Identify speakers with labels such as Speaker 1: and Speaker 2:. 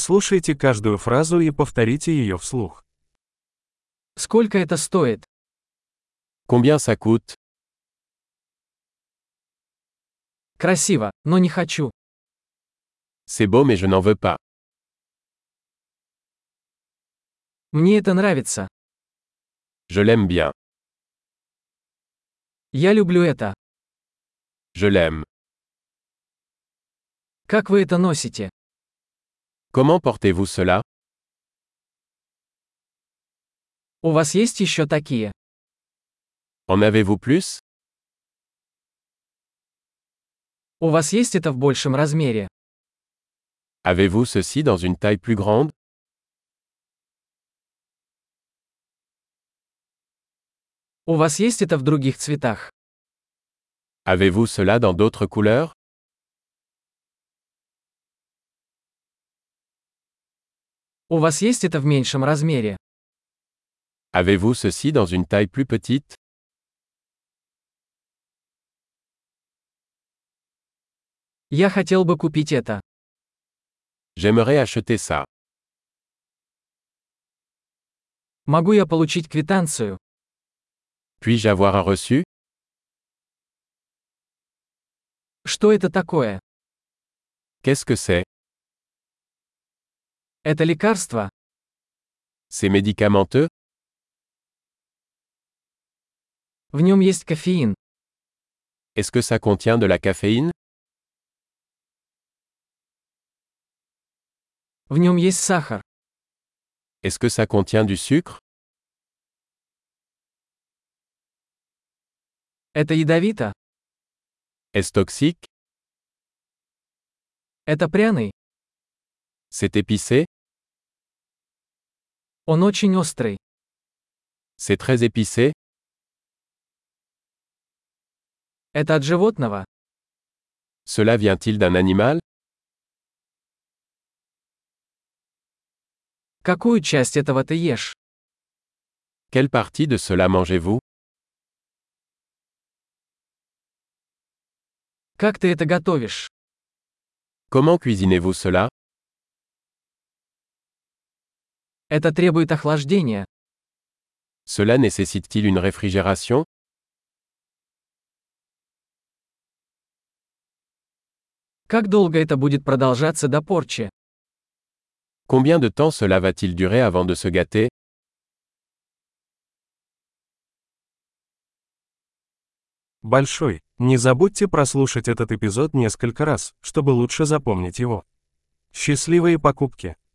Speaker 1: Прослушайте каждую фразу и повторите ее вслух.
Speaker 2: Сколько это стоит?
Speaker 3: Combien ça coûte
Speaker 2: Красиво, но не хочу.
Speaker 3: C'est beau mais je n'en veux pas.
Speaker 2: Мне это нравится.
Speaker 3: Je l'aime bien.
Speaker 2: Я люблю это.
Speaker 3: Je l'aime.
Speaker 2: Как вы это носите?
Speaker 3: Comment portez-vous cela
Speaker 2: У вас есть еще такие?
Speaker 3: En avez-vous plus
Speaker 2: У вас есть это в большем размере?
Speaker 3: Avez-vous ceci dans une taille plus grande
Speaker 2: У вас есть это в других цветах?
Speaker 3: Avez-vous cela dans d'autres couleurs
Speaker 2: У вас есть это в меньшем размере?
Speaker 3: Avez-vous ceci dans une taille plus petite
Speaker 2: Я хотел бы купить это.
Speaker 3: J'aimerais acheter ça.
Speaker 2: Могу я получить квитанцию?
Speaker 3: Puis-je avoir un reçu
Speaker 2: Что это такое?
Speaker 3: Qu'est-ce que c'est
Speaker 2: Это лекарство?
Speaker 3: C'est médicamenteux
Speaker 2: В нем есть кофеин.
Speaker 3: Est-ce que ça contient de la caféine
Speaker 2: В нем есть сахар.
Speaker 3: Est-ce que ça contient du sucre
Speaker 2: Это ядовито.
Speaker 3: Est-ce toxique
Speaker 2: Это пряный.
Speaker 3: C'est épicé
Speaker 2: Он очень острый.
Speaker 3: C'est très épicé
Speaker 2: Это от животного.
Speaker 3: Cela vient-il d'un animal
Speaker 2: Какую часть этого ты ешь?
Speaker 3: Quelle partie de cela mangez-vous
Speaker 2: Как ты это готовишь?
Speaker 3: Comment cuisinez-vous cela
Speaker 2: Это требует охлаждения.
Speaker 3: Cela nécessite-t-il une réfrigération
Speaker 2: Как долго это будет продолжаться до порчи?
Speaker 3: Combien de temps cela va-t-il durer avant de se gâter
Speaker 1: Большой. Не забудьте прослушать этот эпизод несколько раз, чтобы лучше запомнить его. Счастливые покупки!